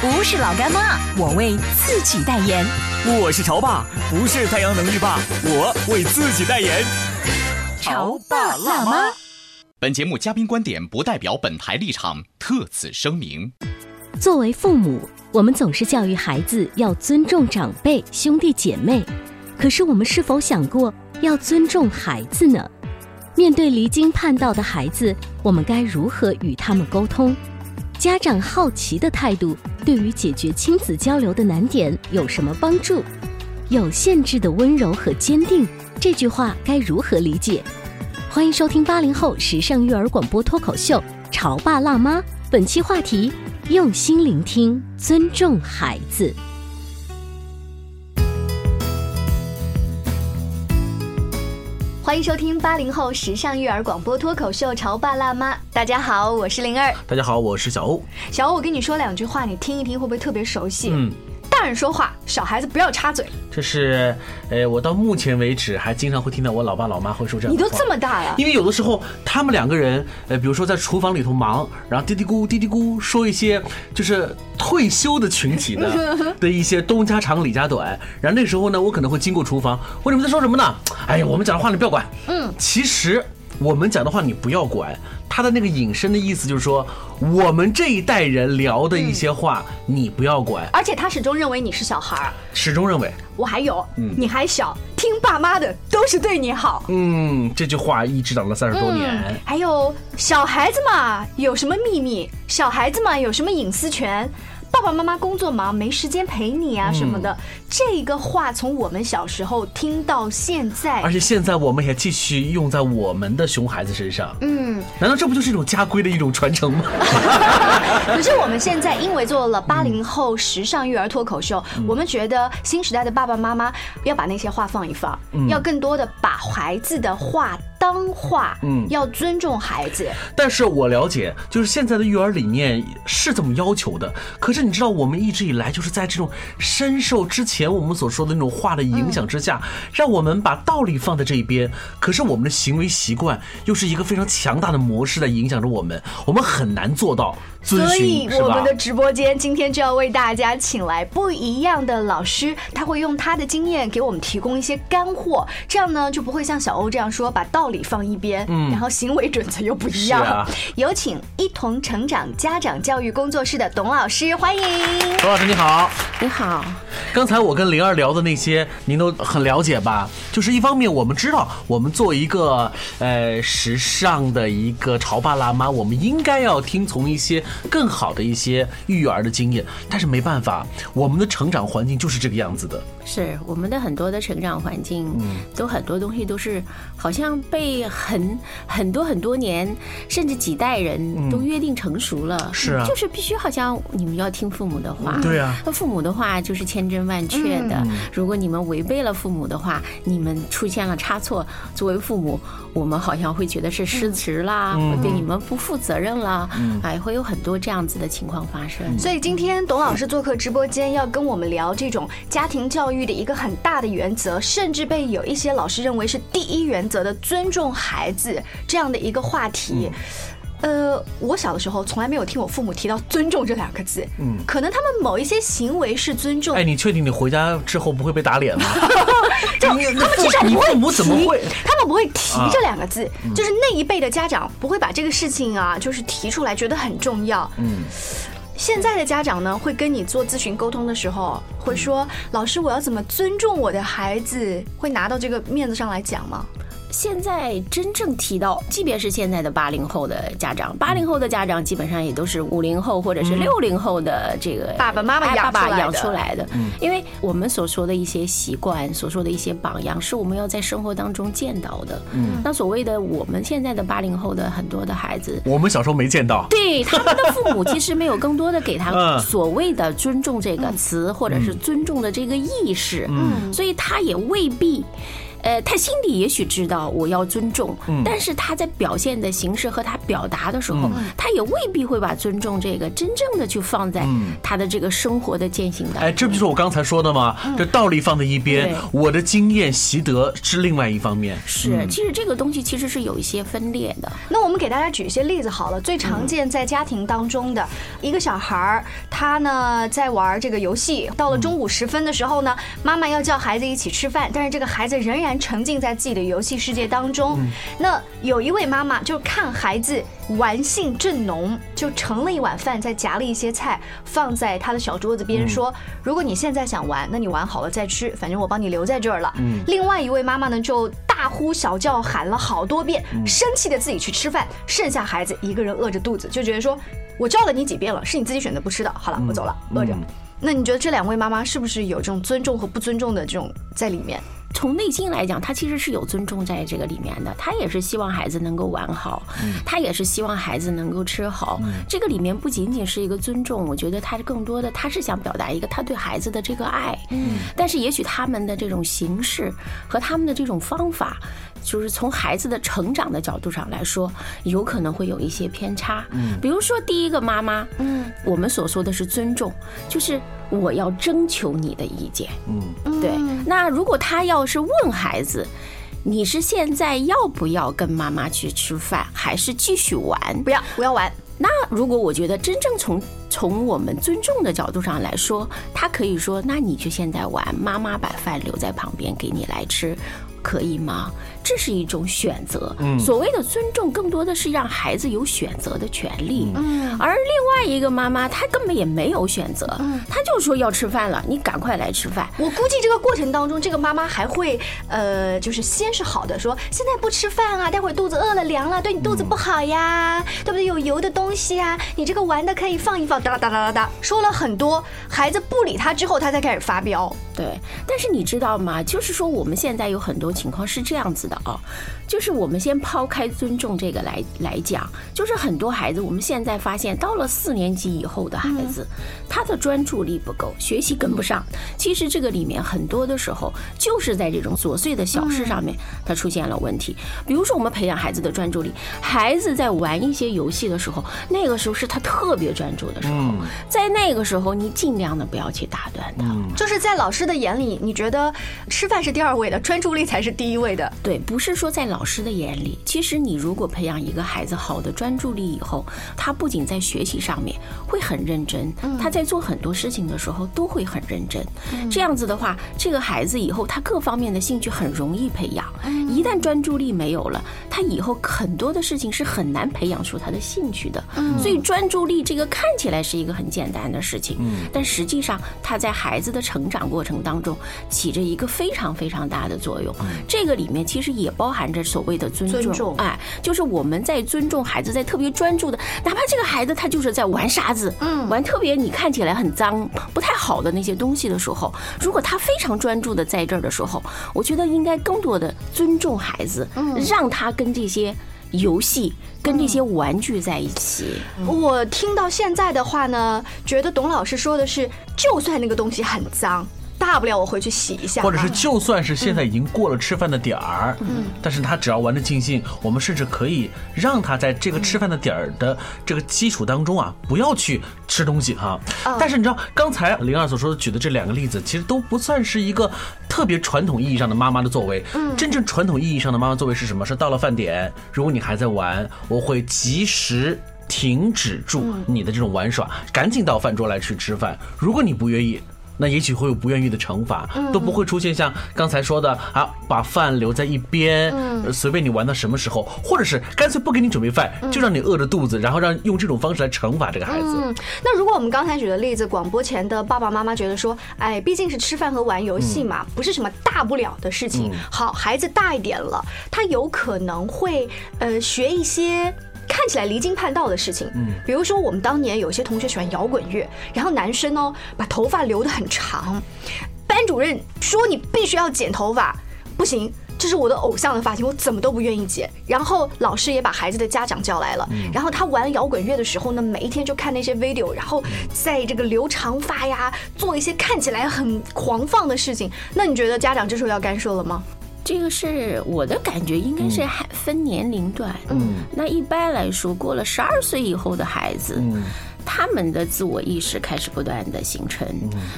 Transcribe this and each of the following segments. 不是老干妈，我为自己代言。我是潮爸，不是太阳能浴霸，我为自己代言。潮爸辣妈。本节目嘉宾观点不代表本台立场，特此声明。作为父母，我们总是教育孩子要尊重长辈、兄弟姐妹，可是我们是否想过要尊重孩子呢？面对离经叛道的孩子，我们该如何与他们沟通？家长好奇的态度对于解决亲子交流的难点有什么帮助？有限制的温柔和坚定，这句话该如何理解？欢迎收听八零后时尚育儿广播脱口秀《潮爸辣妈》，本期话题：用心聆听，尊重孩子。欢迎收听八零后时尚育儿广播脱口秀《潮爸辣妈》。大家好，我是灵儿。大家好，我是小欧。小欧，我跟你说两句话，你听一听，会不会特别熟悉？嗯，大人说话，小孩子不要插嘴。这是，呃，我到目前为止还经常会听到我老爸老妈会说这样你的都话。这么大了，因为有的时候他们两个人，呃，比如说在厨房里头忙，然后嘀嘀咕嘀嘀咕说一些就是退休的群体 的的一些东家长李家短，然后那时候呢，我可能会经过厨房，问你们在说什么呢？哎呀，我们讲的话你不要管。嗯，其实我们讲的话你不要管，他的那个引申的意思就是说，我们这一代人聊的一些话、嗯你不要管，而且他始终认为你是小孩儿。始终认为。我还有，你还小，听爸妈的都是对你好。嗯嗯，这句话一直讲了三十多年。还有小孩子嘛，有什么秘密？小孩子嘛，有什么隐私权？爸爸妈妈工作忙，没时间陪你嗯啊什么的。这个话从我们小时候听到现在而，且现在我们也继续用在我们的熊孩子身上，嗯。难道这不就是一种家规的一种传承吗？ 可是我们现在因为做了八零后时尚育儿脱口秀，我们觉得新时代的爸爸妈妈要把那些话放一放，要更多的把孩子的话当话，嗯要尊重孩子。但是我了解，就是现在的育儿理念是这么要求的。可是你知道，我们一直以来就是在这种深受之前我们所说的那种话的影响之嗯下，让我们把道理放在这一边，可是我们的行为习惯又是一个非常强大的模式在影响着我们，我们很难做到遵所以循，是我吧们？的直播间今天就要为大家请来不一样的老师，他会用他的经验给我们提供一些干货，这样呢就不会像小欧这样说把道理放一边，然后行为准则又不一样。嗯是啊有请一同成长家长教育工作室的董老师，欢迎。罗老师你好。你好，刚才我跟灵儿聊的那些，您都很了解吧？就是一方面，我们知道我们做一个呃时尚的一个潮爸辣妈，我们应该要听从一些更好的一些育儿的经验，但是没办法，我们的成长环境就是这个样子的。是我们的很多的成长环境，嗯都很多东西都是好像被很很多很多年，甚至几代人都约定成熟了。嗯是啊就是必须好像你们要听父母的话。对啊，嗯那父母的话就是千真万确的。如果你们违背了父母的话，你们出现了差错，作为父母，我们好像会觉得是嗯失职啦，或对你们不负责任啦，哎，会有很多这样子的情况发生。所以今天董老师做客直播间，要跟我们聊这种家庭教育的一个很大的原则，甚至被有一些老师认为是第一原则的尊重孩子这样的一个话嗯题。呃，我小的时候从来没有听我父母提到“尊重”这两个字，嗯，可能他们某一些行为是尊重，哎，你确定你回家之后不会被打脸吗？就你他们至少你不会父母怎么提会？他们不会提啊这两个字，就是那一辈的家长不会把这个事情啊，就是提出来，觉得很重要。嗯。现在的家长呢，会跟你做咨询沟通的时候，会说：“老师，我要怎么尊重我的孩子？”会拿到这个面子上来讲吗？现在真正提到，即便是现在的八零后的家长，八零后的家长基本上也都是五零后或者是六零后的这个嗯爸爸妈妈哎养爸爸出来养的嗯出来的，因为我们所说的一些习惯，所说的一些榜样，是我们要在生活当中见到的。嗯，那所谓的我们现在的八零后的很多的孩子，我们小时候没见到，对他们的父母其实没有更多的给他 嗯所谓的尊重这个词，或者是尊重的这个意识，嗯所以他也未必。呃，他心里也许知道我要尊重，嗯但是他在表现的形式和他表达的时候，他也未必会把尊重这个真正的去放在他的这个生活的践行当嗯中。哎，这不就是我刚才说的吗？这道理放在一边对，我的经验习得是另外一方面。是，其实这个东西其实是有一些分裂的。那我们给大家举一些例子好了，最常见在家庭当中的、一个小孩儿，他呢在玩这个游戏，到了中午时分的时候呢，妈妈要叫孩子一起吃饭，但是这个孩子仍然沉浸在自己的游戏世界当中。那有一位妈妈就看孩子玩性正浓，就盛了一碗饭，再夹了一些菜放在他的小桌子边，说：“如果你现在想玩，那你玩好了再吃，反正我帮你留在这儿了。”另外一位妈妈呢就。大呼小叫，喊了好多遍，生气的自己去吃饭，剩下孩子一个人饿着肚子，就觉得说，我叫了你几遍了，是你自己选择不吃的，好了，我走了，饿着。那你觉得这两位妈妈是不是有这种尊重和不尊重的这种在里面？从内心来讲，他其实是有尊重在这个里面的，他也是希望孩子能够玩好，他也是希望孩子能够吃好。这个里面不仅仅是一个尊重，我觉得他更多的他是想表达一个他对孩子的这个爱。嗯，但是也许他们的这种形式和他们的这种方法，就是从孩子的成长的角度上来说，有可能会有一些偏差。嗯，比如说第一个妈妈，嗯，我们所说的是尊重，就是我要征求你的意见。对，那如果他要是问孩子，你是现在要不要跟妈妈去吃饭，还是继续玩？不要，我要玩。那如果我觉得真正从从我们尊重的角度上来说，他可以说，那你就现在玩，妈妈把饭留在旁边给你来吃。可以吗？这是一种选择。所谓的尊重，更多的是让孩子有选择的权利。嗯，而另外一个妈妈，她根本也没有选择，她就说要吃饭了，你赶快来吃饭。我估计这个过程当中，这个妈妈还会，呃，就是先是好的说，现在不吃饭啊，待会儿肚子饿了凉了，对你肚子不好呀，对不对？有油的东西呀、你这个玩的可以放一放，哒啦哒啦哒哒，说了很多，孩子不理他之后，他才开始发飙。对，但是你知道吗？就是说我们现在有很多情况是这样子的啊，就是我们先抛开尊重这个来来讲，就是很多孩子，我们现在发现到了四年级以后的孩子，他的专注力不够，学习跟不上。其实这个里面很多的时候，就是在这种琐碎的小事上面，他出现了问题。比如说我们培养孩子的专注力，孩子在玩一些游戏的时候，那个时候是他特别专注的时候，在那个时候你尽量的不要去打断他。嗯就是在老师的眼里，你觉得吃饭是第二位的，专注力才是第一位的。对，不是说在老师的眼里，其实你如果培养一个孩子好的专注力以后，他不仅在学习上面会很认真，他在做很多事情的时候都会很认真。这样子的话，这个孩子以后他各方面的兴趣很容易培养。一旦专注力没有了，他以后很多的事情是很难培养出他的兴趣的。所以专注力这个看起来是一个很简单的事情，但实际上它在孩子的成长过程当中起着一个非常非常大的作用。这个里面其实也包含着所谓的嗯尊重，尊重哎，就是我们在尊重孩子，在特别专注的，哪怕这个孩子他就是在玩沙子，嗯，玩特别你看起来很脏、不太好的那些东西的时候，如果他非常专注的在这儿的时候，我觉得应该更多的尊重孩子，让他跟这些游戏、跟这些玩具在一起。嗯我听到现在的话呢，觉得董老师说的是，就算那个东西很脏，大不了我回去洗一下嘛，或者是就算是现在已经过了吃饭的点儿，但是他只要玩的尽兴，我们甚至可以让他在这个吃饭的点儿的这个基础当中啊，不要去吃东西哈、但是你知道刚才灵儿所说的举的这两个例子，其实都不算是一个特别传统意义上的妈妈的作为。真正传统意义上的妈妈作为是什么？是到了饭点，如果你还在玩，我会及时。停止住你的这种玩耍，赶紧到饭桌来去吃饭。如果你不愿意，那也许会有不愿意的惩罚，都不会出现像刚才说的啊，把饭留在一边，呃随便你玩到什么时候，或者是干脆不给你准备饭，就让你饿着肚子，然后让用这种方式来惩罚这个孩子。嗯，那如果我们刚才举的例子，广播前的爸爸妈妈觉得说，哎，毕竟是吃饭和玩游戏嘛，不是什么大不了的事情。好，孩子大一点了，他有可能会呃学一些。看起来离经叛道的事情，嗯，比如说我们当年有些同学喜欢摇滚乐，然后男生哦把头发留得很长，班主任说你必须要剪头发，不行，这是我的偶像的发型，我怎么都不愿意剪。然后老师也把孩子的家长叫来了，然后他玩摇滚乐的时候呢，每一天就看那些 video，然后在这个留长发呀，做一些看起来很狂放的事情。那你觉得家长这时候要干涉了吗？这个是我的感觉，应该是还分年龄段。嗯，那一般来说，过了十二岁以后的孩子，他们的自我意识开始不断的形成。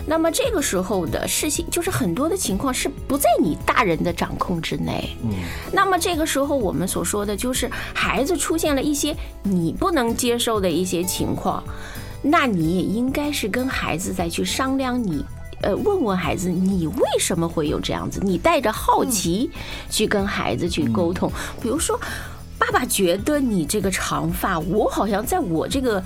那么这个时候的事情，就是很多的情况是不在你大人的掌控之内。嗯，那么这个时候我们所说的就是孩子出现了一些你不能接受的一些情况，那你也应该是跟孩子再去商量你。呃，问问孩子，你为什么会有这样子？你带着好奇去跟孩子去沟通，嗯比如说。爸爸觉得你这个长发，我好像在我这个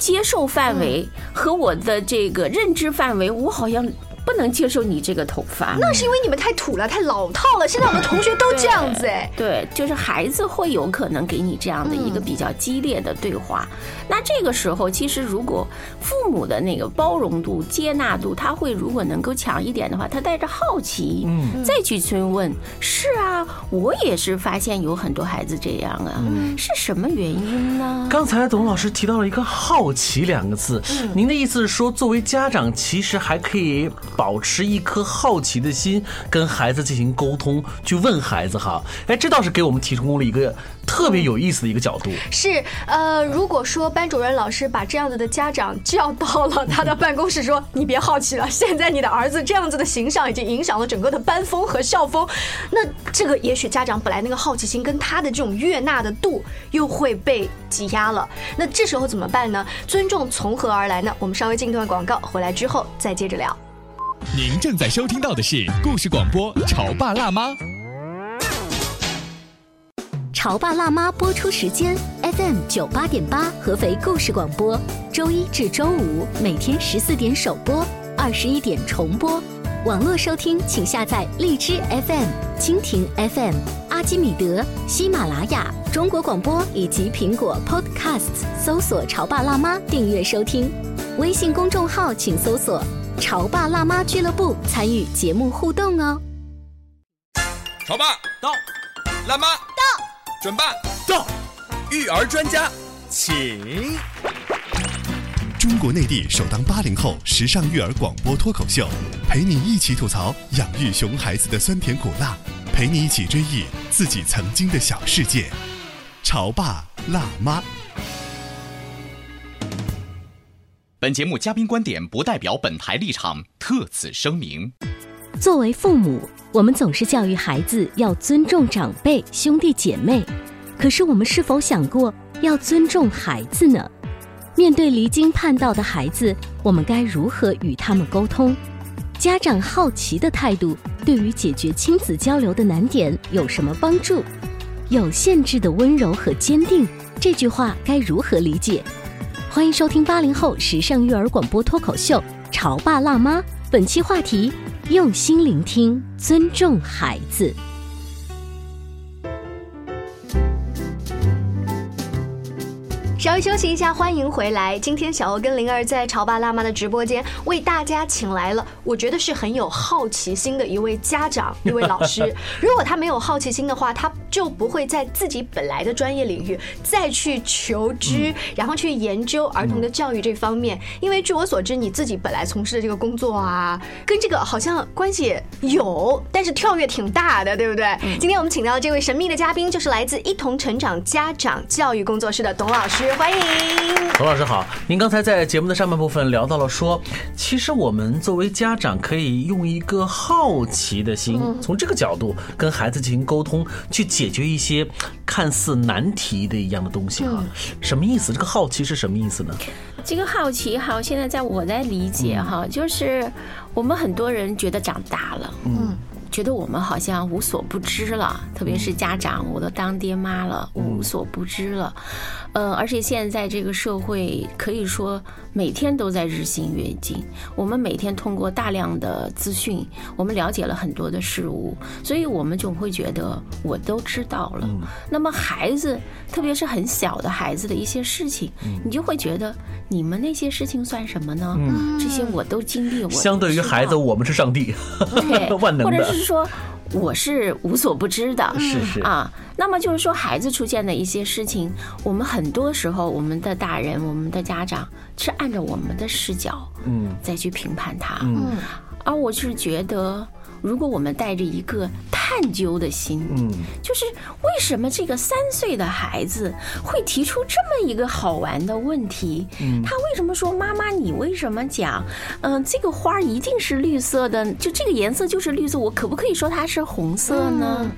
接受范围嗯和我的这个认知范围，我好像不能接受你这个头发。那是因为你们太土了，太老套了。现在我们同学都这样子哎。对，就是孩子会有可能给你这样的一个比较激烈的对话。那这个时候，其实如果父母的那个包容度、接纳度，他会如果能够强一点的话，他带着好奇，嗯，再去追问。是啊，我也是发现有很多孩子这样啊，是什么原因呢？刚才董老师提到了一个“好奇”两个字，您的意思是说，作为家长，其实还可以保持一颗好奇的心，跟孩子进行沟通，去问孩子哈。哎，这倒是给我们提供了一个特别有意思的一个角度。是，呃，如果说班主任老师把这样子的家长叫到了他的办公室说，你别好奇了，现在你的儿子这样子的形象已经影响了整个的班风和校风，那这个也许家长本来那个好奇心跟他的这种悦纳的度又会被挤压了，那这时候怎么办呢？尊重从何而来呢？我们稍微进一段广告，回来之后再接着聊。您正在收听到的是故事广播《潮爸辣妈》。 《潮爸辣妈》播出时间：FM 九八点八，合肥故事广播，周一至周五每天十四点首播，二十一点重播。网络收听，请下载荔枝 FM、蜻蜓 FM、阿基米德、喜马拉雅、中国广播以及苹果 Podcasts，搜索“潮爸辣妈”订阅收听。微信公众号请搜索“潮爸辣妈俱乐部”，参与节目互动哦。潮爸到，辣妈到，准爸到，育儿专家，请。中国内地首档八零后时尚育儿广播脱口秀，陪你一起吐槽养育熊孩子的酸甜苦辣，陪你一起追忆自己曾经的小世界。潮爸辣妈，本节目嘉宾观点不代表本台立场，特此声明。作为父母，我们总是教育孩子要尊重长辈、兄弟姐妹，可是我们是否想过要尊重孩子呢？面对离经叛道的孩子，我们该如何与他们沟通？家长好奇的态度对于解决亲子交流的难点有什么帮助？有限制的温柔和坚定这句话该如何理解？欢迎收听八零后时尚育儿广播脱口秀《潮爸辣妈》，本期话题：用心聆听，尊重孩子。稍微休息一下，欢迎回来。今天小欧跟灵儿在潮爸辣妈的直播间为大家请来了，我觉得是很有好奇心的一位家长、一位老师。如果他没有好奇心的话，他就不会在自己本来的专业领域再去求知，然后去研究儿童的教育这方面。因为据我所知，你自己本来从事的这个工作啊，跟这个好像关系有，但是跳跃挺大的，对不对？今天我们请到的这位神秘的嘉宾，就是来自一同成长家长教育工作室的董老师。欢迎。侯老师好，您刚才在节目的上半部分聊到了说，其实我们作为家长可以用一个好奇的心，嗯从这个角度跟孩子进行沟通，去解决一些看似难题的一样的东西嗯哈、什么意思？这个好奇是什么意思呢？这个好奇哈，现在在我在理解哈，就是我们很多人觉得长大了，嗯。觉得我们好像无所不知了，特别嗯是家长，我都当爹妈了，我无所不知了。呃，而且现在这个社会可以说每天都在日新月异，我们每天通过大量的资讯，我们了解了很多的事物，所以我们总会觉得我都知道了。嗯那么孩子，特别是很小的孩子的一些事情，嗯你就会觉得你们那些事情算什么呢？这些我都经历，我都嗯相对于知道孩子，我们是上帝， 对，万能或者的是说我是无所不知的，是是啊。那么就是说，孩子出现的一些事情，我们很多时候，我们的大人、我们的家长是按照我们的视角，嗯，再去评判他，嗯。而我是觉得，如果我们带着一个探究的心，嗯，就是为什么这个三岁的孩子会提出这么一个好玩的问题？他为什么说妈妈，你为什么讲？嗯、这个花儿一定是绿色的，就这个颜色就是绿色，我可不可以说它是红色呢？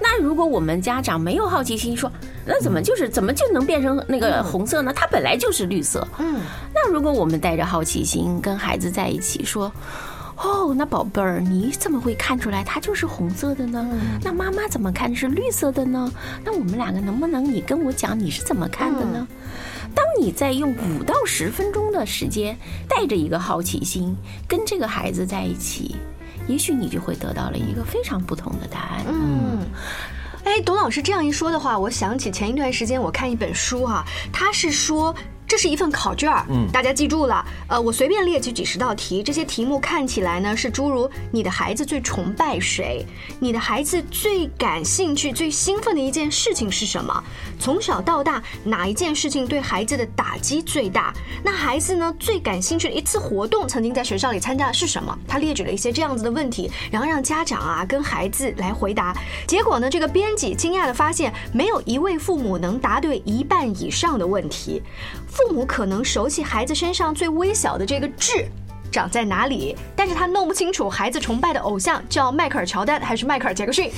那如果我们家长没有好奇心，说那怎么就是怎么就能变成那个红色呢？它本来就是绿色。嗯，那如果我们带着好奇心跟孩子在一起说。哦，那宝贝儿，你怎么会看出来它就是红色的呢？那妈妈怎么看是绿色的呢？那我们两个能不能你跟我讲你是怎么看的呢？当你在用五到十分钟的时间，带着一个好奇心跟这个孩子在一起，也许你就会得到了一个非常不同的答案。嗯。哎，董老师这样一说的话，我想起前一段时间我看一本书哈、它是说。这是一份考卷儿，嗯，大家记住了。呃，我随便列举几十道题，这些题目看起来呢是诸如你的孩子最崇拜谁，你的孩子最感兴趣、最兴奋的一件事情是什么？从小到大哪一件事情对孩子的打击最大？那孩子呢最感兴趣的一次活动，曾经在学校里参加的是什么？他列举了一些这样子的问题，然后让家长啊跟孩子来回答。结果呢，这个编辑惊讶的发现，没有一位父母能答对一半以上的问题。父母可能熟悉孩子身上最微小的这个痣。长在哪里？但是他弄不清楚孩子崇拜的偶像叫迈克尔·乔丹还是迈克尔·杰克逊。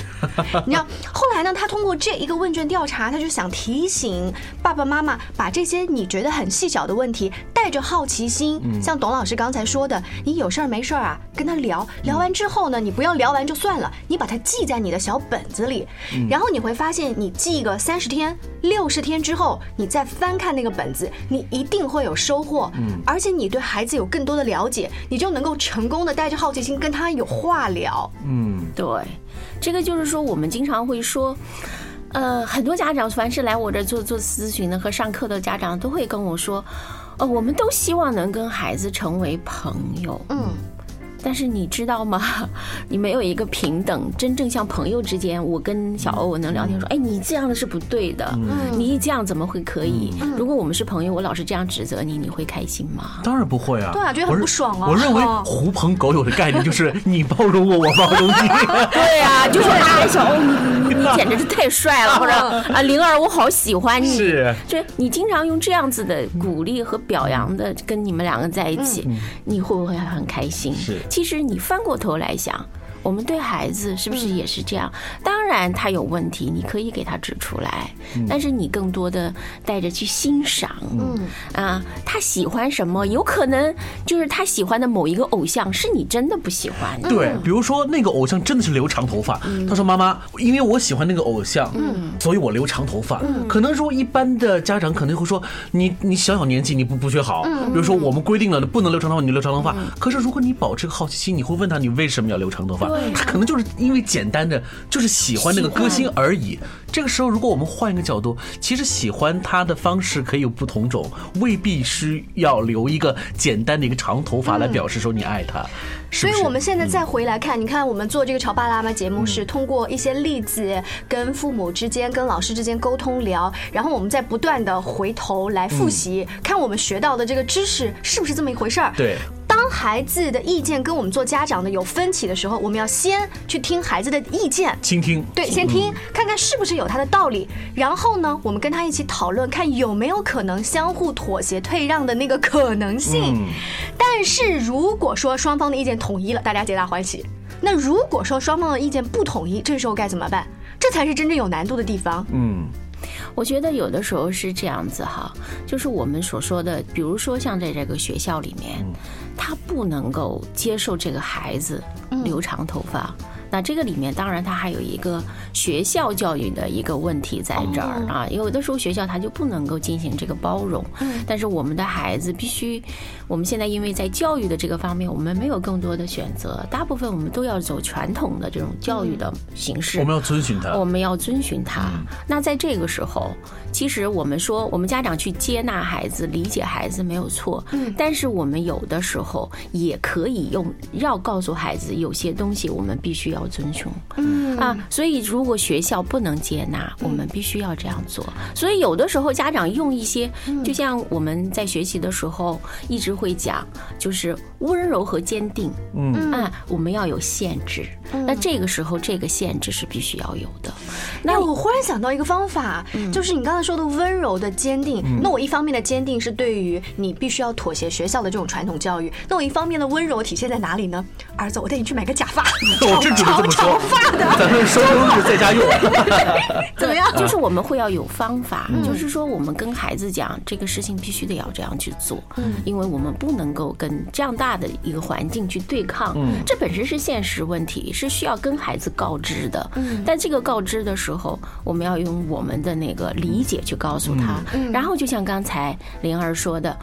你知道，后来呢，他通过这一个问卷调查，他就想提醒爸爸妈妈，把这些你觉得很细小的问题，带着好奇心，像董老师刚才说的，你有事儿没事儿啊，跟他聊聊完之后呢，你不要聊完就算了，你把它记在你的小本子里，然后你会发现，你记个三十天、六十天之后，你再翻看那个本子，你一定会有收获，而且你对孩子有更多的了解，你就能够成功的带着好奇心跟他有话聊。对，这个就是说我们经常会说。呃，很多家长凡是来我这儿做做咨询的和上课的家长都会跟我说，呃，我们都希望能跟孩子成为朋友，嗯，但是你知道吗？ 你没有一个平等，真正像朋友之间，我跟小欧我能聊天说，哎，你这样的是不对的，你这样怎么会可以？如果我们是朋友，我老是这样指责你，你会开心吗？当然不会啊，对啊觉得很我认不爽啊 我认为哦狐朋狗友的概念就是你包容我，我包容你。 对啊，就说哎，小欧你你 你你简直是太帅了， 或者啊灵儿我好喜欢你，是就是你经常用这样子的鼓励和表扬的跟你们两个在一起，你会不会很开心？嗯是其实你翻过头来想。我们对孩子是不是也是这样？当然，他有问题，你可以给他指出来，嗯但是你更多的带着去欣赏，嗯啊，他喜欢什么？有可能就是他喜欢的某一个偶像是你真的不喜欢的，嗯对，比如说那个偶像真的是留长头发，他说妈妈，因为我喜欢那个偶像，嗯所以我留长头发。可能说一般的家长可能会说，你你小小年纪你不不学好，嗯比如说我们规定了不能留长头发，你留长头发。可是如果你保持个好奇心，你会问他你为什么要留长头发？他可能就是因为简单的就是喜欢那个歌星而已。这个时候，如果我们换一个角度，其实喜欢他的方式可以有不同种，未必需要留一个简单的一个长头发来表示说你爱他。是嗯所不以是嗯我们现在再回来看，你看我们做这个潮爸辣妈节目是通过一些例子，跟父母之间、跟老师之间沟通聊，然后我们再不断的回头来复习，看我们学到的这个知识是不是这么一回事儿。嗯对。当当孩子的意见跟我们做家长的有分歧的时候，我们要先去听孩子的意见，倾听。对，先听看看是不是有他的道理，然后呢，我们跟他一起讨论，看有没有可能相互妥协、退让的那个可能嗯性。但是如果说双方的意见统一了，大家皆大欢喜；那如果说双方的意见不统一，这时候该怎么办？这才是真正有难度的地方。嗯，我觉得有的时候是这样子哈，就是我们所说的，比如说像在这个学校里面，嗯他不能够接受这个孩子留长头发。那这个里面当然它还有一个学校教育的一个问题在这儿啊，有的时候学校它就不能够进行这个包容，但是我们的孩子必须，我们现在因为在教育的这个方面，我们没有更多的选择，大部分我们都要走传统的这种教育的形式。我们要遵循它。我们要遵循它。那在这个时候，其实我们说，我们家长去接纳孩子、理解孩子没有错，嗯，但是我们有的时候也可以用要告诉孩子，有些东西我们必须要遵循，嗯啊，所以如果学校不能接纳，我们必须要这样做。所以有的时候家长用一些，就像我们在学习的时候一直会讲，就是温柔和坚定，嗯啊，我们要有限制。那这个时候，这个限制是必须要有的。那我忽然想到一个方法，嗯就是你刚才说的温柔的坚定。那我一方面的坚定是对于你必须要妥协学校的这种传统教育，那我一方面的温柔体现在哪里呢？儿子，我带你去买个假发， 我长真准备这长么长说发的，咱 们收工是在家用。 怎么样？就是我们会要有方法，就是说我们跟孩子讲这个事情必须得要这样去做，因为我们不能够跟这样大的一个环境去对抗，这本身是现实问题，是需要跟孩子告知的。但这个告知的时候，我们要用我们的那个理解去告诉他。然后就像刚才灵儿说的。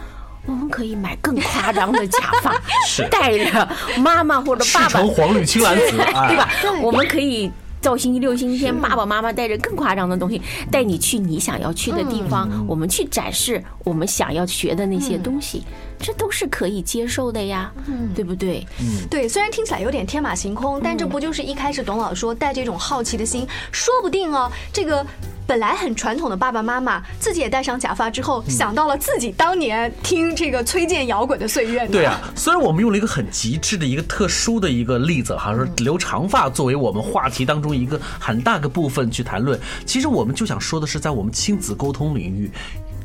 我们可以买更夸张的假发，是带着妈妈或者赤爸爸橙黄绿青蓝 紫，对哎，吧？我们可以。到星期六、星期天，爸爸妈妈带着更夸张的东西，带你去你想要去的地方，我们去展示我们想要学的那些东西，这都是可以接受的呀，对不对？嗯对，虽然听起来有点天马行空，但这不就是一开始董老说带着一种好奇的心，说不定哦，这个。本来很传统的爸爸妈妈，自己也戴上假发之后，嗯想到了自己当年听这个崔健摇滚的岁月呢。对啊，虽然我们用了一个很极致的一个特殊的一个例子，好嗯像是留长发作为我们话题当中一个很大个部分去谈论，其实我们就想说的是，在我们亲子沟通领域。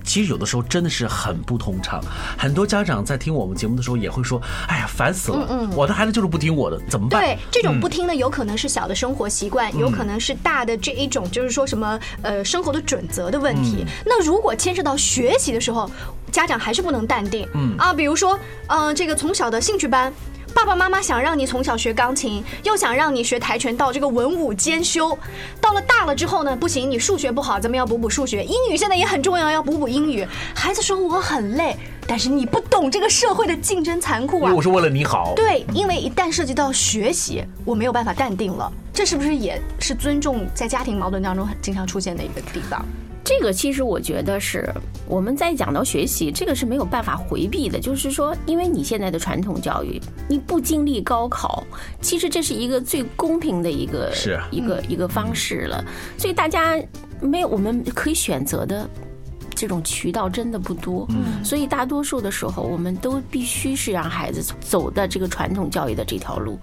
其实有的时候真的是很不通畅，很多家长在听我们节目的时候也会说：“哎呀，烦死了，我的孩子就是不听我的，怎么办？”嗯对，这种不听的有可能是小的生活习惯，有可能是大的这一种，就是说什么呃生活的准则的问题。那如果牵涉到学习的时候，家长还是不能淡定。嗯啊，比如说，嗯、这个从小的兴趣班。爸爸妈妈想让你从小学钢琴，又想让你学跆拳道，这个文武兼修。到了大了之后呢，不行，你数学不好，咱们要补补数学。英语现在也很重要，要补补英语。孩子说我很累，但是你不懂这个社会的竞争残酷因啊为我！是为了你好。对，因为一旦涉及到学习，我没有办法淡定了。这是不是也是尊重在家庭矛盾当中很经常出现的一个地方？这个其实我觉得是我们在讲到学习，这个是没有办法回避的。就是说，因为你现在的传统教育，你不经历高考，其实这是一个最公平的一个是啊一个一个方式了。所以大家没有我们可以选择的这种渠道真的不多，所以大多数的时候，我们都必须是让孩子走的这个传统教育的这条路。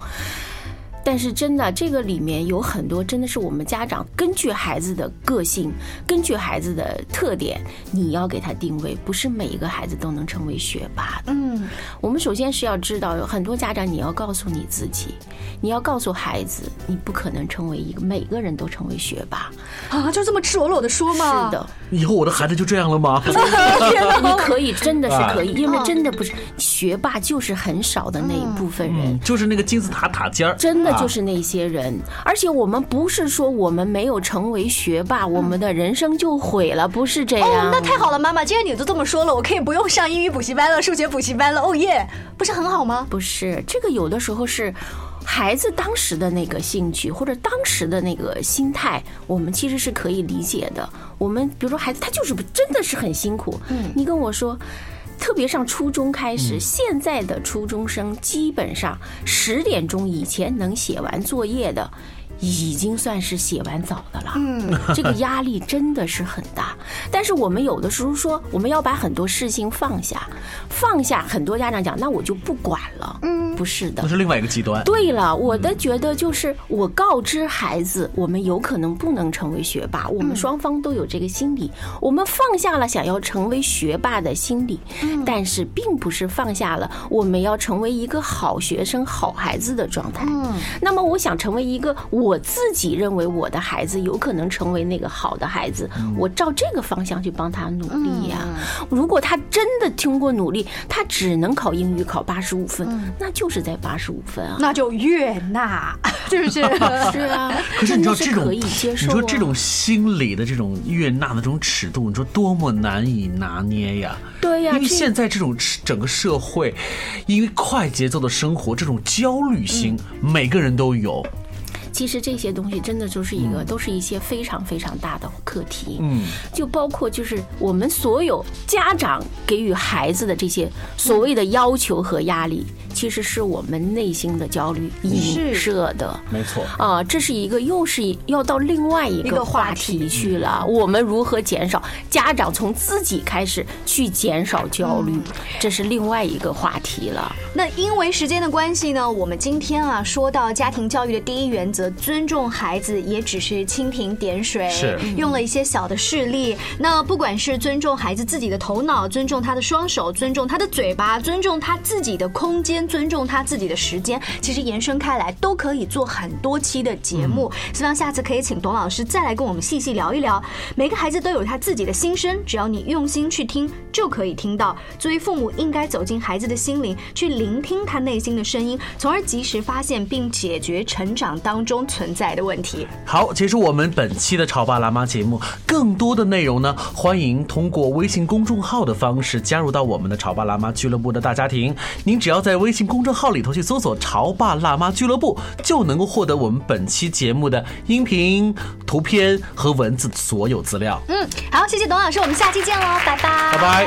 但是真的，这个里面有很多真的是我们家长根据孩子的个性，根据孩子的特点，你要给他定位，不是每一个孩子都能成为学霸的。嗯，我们首先是要知道，有很多家长你要告诉你自己，你要告诉孩子，你不可能成为一个每个人都成为学霸。啊，就这么赤裸裸的说吗？是 的，以后我的孩子就这样了吗？你可以真的啊是可以，因为真的不是学霸，就是很少的那一部分人。嗯，就是那个金字塔塔尖儿，真的啊就是那些人，而且我们不是说我们没有成为学霸，我们的人生就毁了，不是这样。嗯哦，那太好了，妈妈，既然你都这么说了，我可以不用上英语补习班了，数学补习班了，哦耶，不是很好吗？不是这个，有的时候是孩子当时的那个兴趣或者当时的那个心态，我们其实是可以理解的。我们比如说孩子，他就是不真的是很辛苦。嗯，你跟我说。特别上初中开始，现在的初中生基本上十点钟以前能写完作业的，已经算是写完早的了。嗯， 这个压力真的是很大。但是我们有的时候说，我们要把很多事情放下，放下。很多家长讲，那我就不管了。嗯，不是的那。是另外一个极端。对了，我的觉得就是，我告知孩子，我们有可能不能成为学霸，我们双方都有这个心理，我们放下了想要成为学霸的心理，但是并不是放下了我们要成为一个好学生、好孩子的状态。那么我想成为一个我自己认为我的孩子有可能成为那个好的孩子，我照这个方向去帮他努力呀、如果他真的通过努力，他只能考英语考八十五分，那就是在八十五分啊。那就悦纳， 是不是？是 啊，可是你知道那这种，可以接受、啊。你说这种心理的这种悦纳的这种尺度，你说多么难以拿捏呀？对呀因为这现在这种整个社会，因为快节奏的生活，这种焦虑心、嗯每个人都有。其实这些东西真的就是一个，都是一些非常非常大的课题。嗯，就包括就是我们所有家长给予孩子的这些所谓的要求和压力，其实是我们内心的焦虑嗯影射的。没错啊，这是一个又是一要到另外一一个个话话题题去了。我们如何减少？家长从自己开始去减少焦嗯虑，这是另外一个话题了。那因为时间的关系呢，我们今天啊说到家庭教育的第一原则，尊重孩子也只是蜻蜓点水，嗯是用了一些小的事例。那不管是尊重孩子自己的头脑，尊重他的双手，尊重他的嘴巴，尊重他自己的空间，尊重他自己的时间，其实延伸开来都可以做很多期的节目。希望下次可以请董老师再来跟我们细细聊一聊。每个孩子都有他自己的心声，只要你用心去听，就可以听到。作为父母，应该走进孩子的心灵，去聆听他内心的声音，从而及时发现并解决成长当中存在的问题。好，结束我们本期的《潮爸辣妈》节目。更多的内容呢，欢迎通过微信公众号的方式加入到我们的《潮爸辣妈俱乐部》的大家庭。您只要在微信公众号里头去搜索“潮爸辣妈俱乐部”，就能够获得我们本期节目的音频、图片和文字所有资料。嗯，好，谢谢董老师，我们下期见喽，拜拜，拜拜。